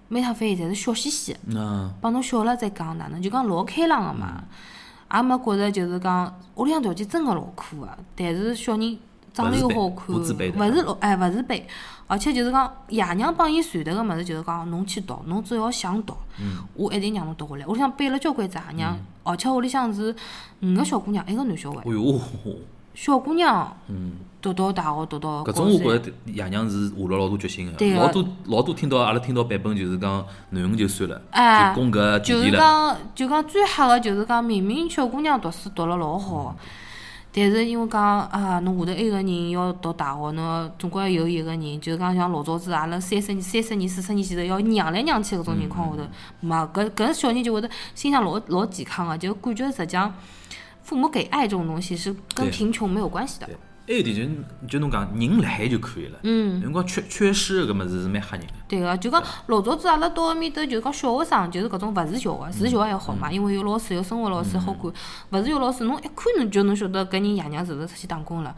S3: 每趟翻译侪是笑嘻嘻个。
S2: 那
S3: 帮侬小了再讲哪能，就讲老开朗个
S2: 嗯
S3: 嘛，也没觉着就是讲屋里向条件真个老苦个，但是小人长得又好看，
S2: 不自卑
S3: 勿
S2: 不自卑的
S3: 是老哎勿自卑，而且就是讲爷娘帮伊传达个物事就是讲侬去读，侬只要想读，
S2: 嗯
S3: 我一定让侬读下来。屋里向备了交关只爷娘，而且屋里向是五个小姑娘，一个男小孩
S2: 哎，哟，
S3: 小姑娘读到大学，读到
S2: 嗯搿
S3: 高
S2: 种我
S3: 三。
S2: 觉着爷娘是下了老多决心
S3: 哦对
S2: 个，
S3: 哦个
S2: 老多老多听到阿拉听到版本就是讲囡恩就算了，
S3: 哎
S2: 就供搿弟
S3: 就是
S2: 弟了，
S3: 讲，就讲最吓个就是讲，明明小姑娘读书读了老好，但是因为讲啊，侬下头一个人要读大学，侬要总归要有一个人，就是讲像老早子阿拉三十年、三十年、四十年前头要让来让去搿种情况下头，
S2: 嗯
S3: 没搿搿小人就会得心想老啊老健康个，就感觉实际上父母给爱这种东西是跟
S2: 对
S3: 贫穷没有关系的
S2: 对。还有一点就就侬讲人辣海就可以了。嗯，辰光缺缺失搿物事是蛮吓人的。
S3: 对个，就讲老早子阿拉到埃面搭就是讲小学生，就是搿种勿是小学，是小学还好嘛，因为有老师有生活老师好管，勿是有老师侬一看侬就能晓得搿人爷娘是勿是出去打工了。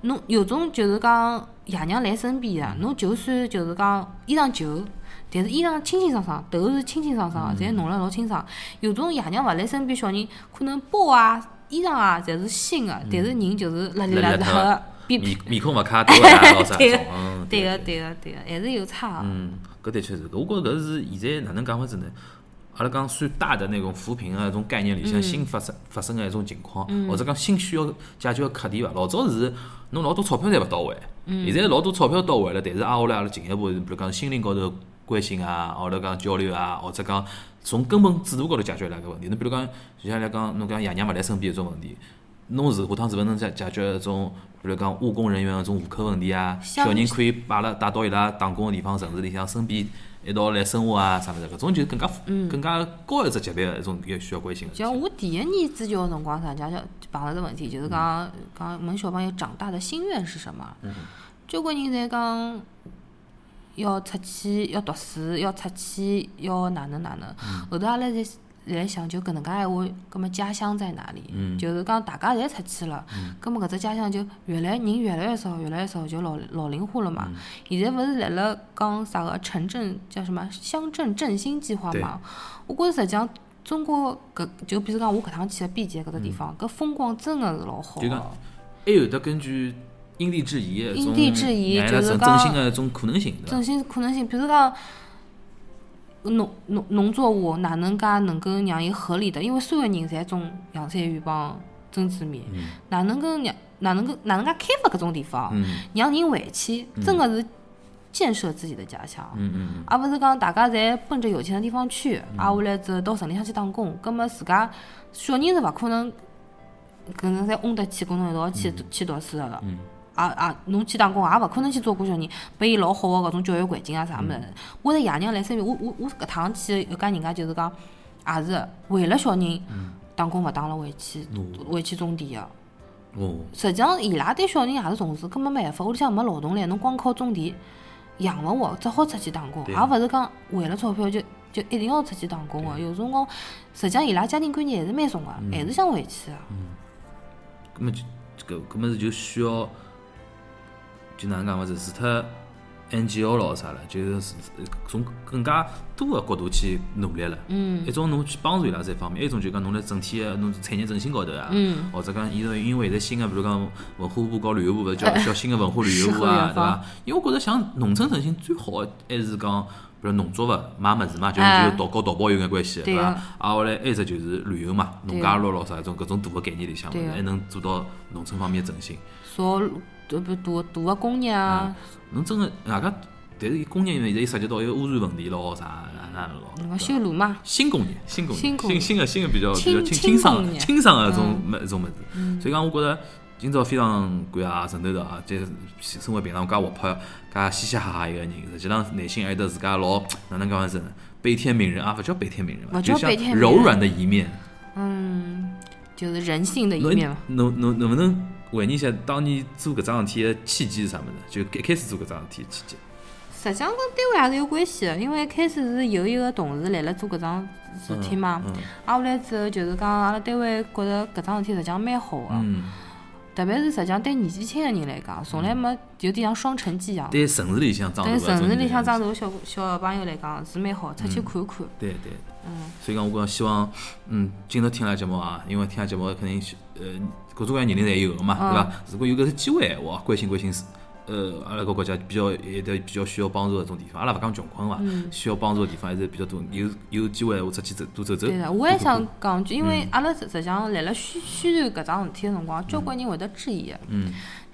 S3: 侬有种就是讲爷娘来身边啊，侬就算就是讲衣裳旧，但是衣裳清清爽爽，头是清清爽爽的，侪弄了老清爽。有种爷娘勿来身边，小人可能包啊、衣裳啊侪是新的，但是人就是邋里嗯邋
S2: 个
S3: 遢的，比
S2: 面面孔勿卡，头勿大，老啥
S3: 对
S2: 种嗯，
S3: 对
S2: 个
S3: 个对个对个，还是有差啊的。
S2: 嗯，搿的确是，搿我觉着搿是现在哪能讲法子呢？阿拉讲算大的那种扶贫啊，一种概念里向新发生发生的一种情况，或者讲新需要解决的课题伐。老早是侬老多钞票侪勿到位，现在老多钞票到位了，但是挨下来阿拉进一步，比如讲心灵高头关心啊，或者讲交流啊，或者讲从根本制度高头解决伊拉搿问题。侬比如讲，就像来讲，侬讲爷娘勿来身边一种问题。侬是下趟是勿是能解解决一种，比如讲务工人员一种户口问题啊，
S3: 像
S2: 小人可以把阿拉带到伊拉打工个地方、城市里向身边一道来生活啊，啥物事，搿种就是更加
S3: 嗯
S2: 更加高一只级别个一种要需要关心个事
S3: 就像
S2: 情。
S3: 我第一年支教的辰光，人家就碰到个问题，就是讲讲问小朋友长大的心愿是什么。交关人侪讲要出去，要读书，要出去，要哪能哪能。后头阿拉侪来想，就搿能介闲话，葛末家乡在哪里？就是讲大家侪出去了，葛末搿只家乡就越来人越来越少，越来越少，就老老龄化了嘛。现在勿是辣辣讲啥个城镇叫什么乡镇振兴计划嘛？我觉着实际上。中国搿就比如讲，我搿趟去的毕节搿只地方，搿风光真个是老好
S2: 就
S3: 的。
S2: 讲还有得根据因地制宜个一种，
S3: 因地制宜
S2: 让伊拉
S3: 就是
S2: 增
S3: 讲
S2: 增新个一种可能性，对伐
S3: 振？兴可能性，比如讲农农农作物哪能介能够让伊合理的？因为所有人侪种洋山芋帮榛子面，哪能够让哪能够哪能介开发搿种地方，
S2: 嗯
S3: 让人回去真个是建设自己的家乡。
S2: 嗯嗯
S3: 而勿啊是讲大家侪奔着有钱的地方去，挨下来之后到城里向去打工，葛末自家小人是勿可能搿能侪翁得起跟侬一道去去读书的了。啊啊！侬去打工也勿可能去照顾小人，拨伊老好个搿种教育环境啊啥物事。我是爷娘来身边，我我我搿趟去有家人家就是讲，也是为了小人打工勿打了回去
S2: 哦
S3: 回去种地个。啊
S2: 嗯，哦，
S3: 实际上，伊拉对小人也是重视，根本没办法，屋里向没劳动力，侬光靠种地养勿活，只好出去打工，
S2: 对啊
S3: 也勿是讲为了钞票就就一定要出去打工个。有辰光，实际上伊拉家庭观念还是蛮重个，
S2: 嗯
S3: 还是想回去个。
S2: 搿么就搿搿么就需要，就哪能讲法子，除脱 NGO 咯啥了，就是是从更加多个角度去努力了。嗯，一种侬去帮助伊拉这方面，还有一种就讲侬辣整体个侬产业振兴高头啊，嗯，或者讲现在因为现在新个，比如讲文化部搞旅游部，勿啊是叫叫新个文化旅游部
S3: 适合
S2: 啊，
S3: 远
S2: 对
S3: 方
S2: 伐？因为我觉着像农村振兴最好个还是讲，比如农作物买物事嘛，就
S3: 哎
S2: 是就淘搞淘宝有眼关系，
S3: 对
S2: 伐
S3: 个？
S2: 啊，后来一直就是旅游嘛，农家乐咯啥种各种大个概念里向嘛，
S3: 对个啊
S2: 还哎能做到农村方面振兴。
S3: 少呃不大大个工业啊，
S2: 侬真个外加，但是工业现在又涉及到一个污染问题咯啥哪能
S3: 那
S2: 咯
S3: 个
S2: 对伐。
S3: 修路嘛，
S2: 新工业，新工业，
S3: 新工业
S2: 新新个新个比较比较
S3: 轻
S2: 清
S3: 轻
S2: 清爽
S3: 工
S2: 的
S3: 业嗯
S2: 清爽个一种物一种物事。所以讲，我觉着今朝非常感谢陈头头啊，这生活平常介活泼、介嘻嘻哈哈一个人，实际上内心还有得自家老哪能讲法子呢？悲天悯人啊，勿叫悲天悯人吧，
S3: 勿
S2: 就
S3: 叫
S2: 像
S3: 悲天悯人
S2: 柔软的一面。
S3: 嗯，就是人性的一
S2: 侬
S3: 面嘛。
S2: 侬侬能不能回忆一下当年做搿桩事体的契机是啥物事？就一开始做搿桩事体的契机。
S3: 实际上跟单位也是有关系的，因为一开始是有一个同事来了做搿桩事体嘛，
S2: 嗯
S3: 挨下来之后就是讲阿拉单位觉着搿桩事体实际上蛮好个、
S2: 嗯，
S3: 特别是实际上对年纪轻个人来讲，从来没有点像双城记一样。
S2: 对城市里向长大
S3: 对
S2: 的
S3: 城市里向长
S2: 大，
S3: 大的小小朋友来讲是蛮好，出去看一看。
S2: 对对。嗯。所以讲，我讲希望，嗯，今朝听了节目啊，因为听了节目肯定是呃各种各样年龄侪有个
S3: 嗯
S2: 嘛，对伐？如果有搿个机会闲话，关心关心是。呃，阿拉搿国家比较有的比较需要帮助的种地方，阿拉勿讲穷困伐，
S3: 嗯
S2: 需要帮助的地方还是比较多。有有机会我出去走多走走。
S3: 对的，嗯我也
S2: 多看
S3: 想讲句，因为阿拉实实际上辣辣宣宣传搿桩事体个辰光，交关人会得质疑个，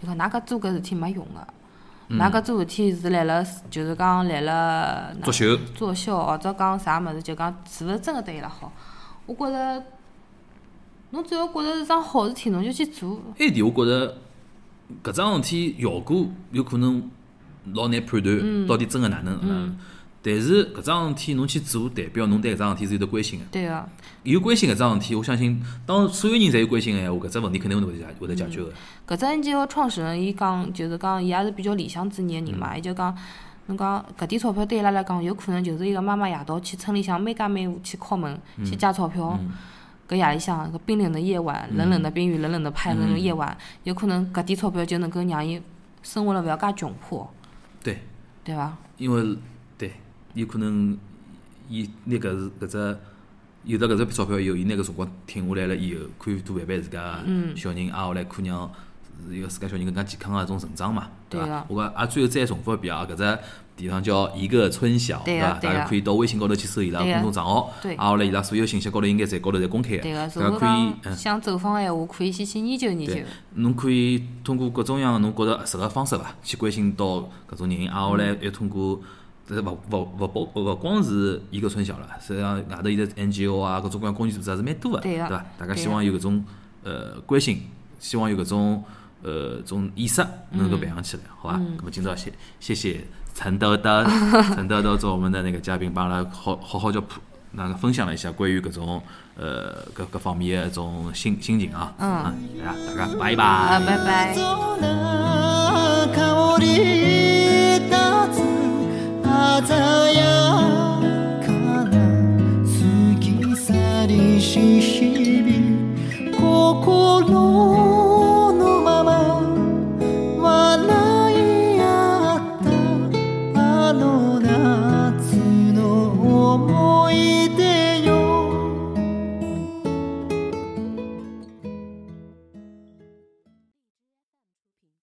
S3: 就讲㑚搿做搿事体没用个，㑚搿做事体是辣辣就是讲辣辣
S2: 看作秀。
S3: 作秀或者讲啥物事，就讲是勿是真个对伊拉好？我觉着，侬只要觉着是桩好事体，侬就去做。
S2: 还有一点，我觉着搿桩事体效果有可能老难判断，到底真个哪能哪能。啊但是搿桩事体侬去做代表，侬对搿桩事体是有得关心个。
S3: 对个、
S2: 有关心搿桩事体，我相信当所有人侪有关心个闲话，搿只问题肯定会得解会得解决个。
S3: 搿只 NGO 创始人，伊讲就是讲，伊也是比较理想主义个人
S2: 嗯
S3: 嘛，伊就讲，侬讲搿点钞票对伊拉来讲，有可能就是伊个妈妈夜到去村里向每家每户去敲门
S2: 嗯
S3: 去借钞票。搿夜里向搿冰冷的夜晚，
S2: 嗯
S3: 冷冷的冰雨，冷冷的派温的夜晚，有可能搿点钞票就能够让伊生活了勿要介窘迫，
S2: 对，
S3: 对伐？
S2: 因为对，有可能伊拿搿是搿只有了搿只钞票以后，伊拿搿辰光停下来了以后，可以多陪陪自家
S3: 嗯
S2: 小人，挨下来可以让一个自家小人更加健康个一啊种成长嘛，
S3: 对
S2: 伐
S3: 啊？
S2: 我讲啊，最后再重复一遍啊，搿只地方叫一个村小，
S3: 对啊
S2: 伐？
S3: 对
S2: 大
S3: 啊
S2: 家可以到微信高头去搜伊拉
S3: 对啊
S2: 公众账号，
S3: 对
S2: 挨下来伊拉所有信息高头应该侪高头侪公开个，
S3: 对啊个，
S2: 大家
S3: 如果
S2: 可以嗯
S3: 讲。想走访个闲话，可以先去研究研究
S2: 对。，侬可以通过各种样侬觉着合适个方式伐，去关心到搿种人，挨下来要通过，这勿勿勿包勿光是一个村小了，实际上外头现在 NGO 啊，各种各样公益组织还是蛮多个，
S3: 对
S2: 对
S3: 啊
S2: 伐？大家
S3: 对
S2: 希
S3: 啊
S2: 望有搿种呃关心，希望有搿种呃种意识
S3: 嗯
S2: 能够培养起来，好伐？那么今朝谢谢谢陈豆 豆，陈豆豆做我们的那个嘉宾，帮阿拉好好好叫普。那个分享了一下关于搿种呃各各方面的一种心心情啊，
S3: 嗯
S2: 啊，大家拜拜。
S3: 啊，拜拜。
S4: 香り立つ鮮やかな過ぎ去りし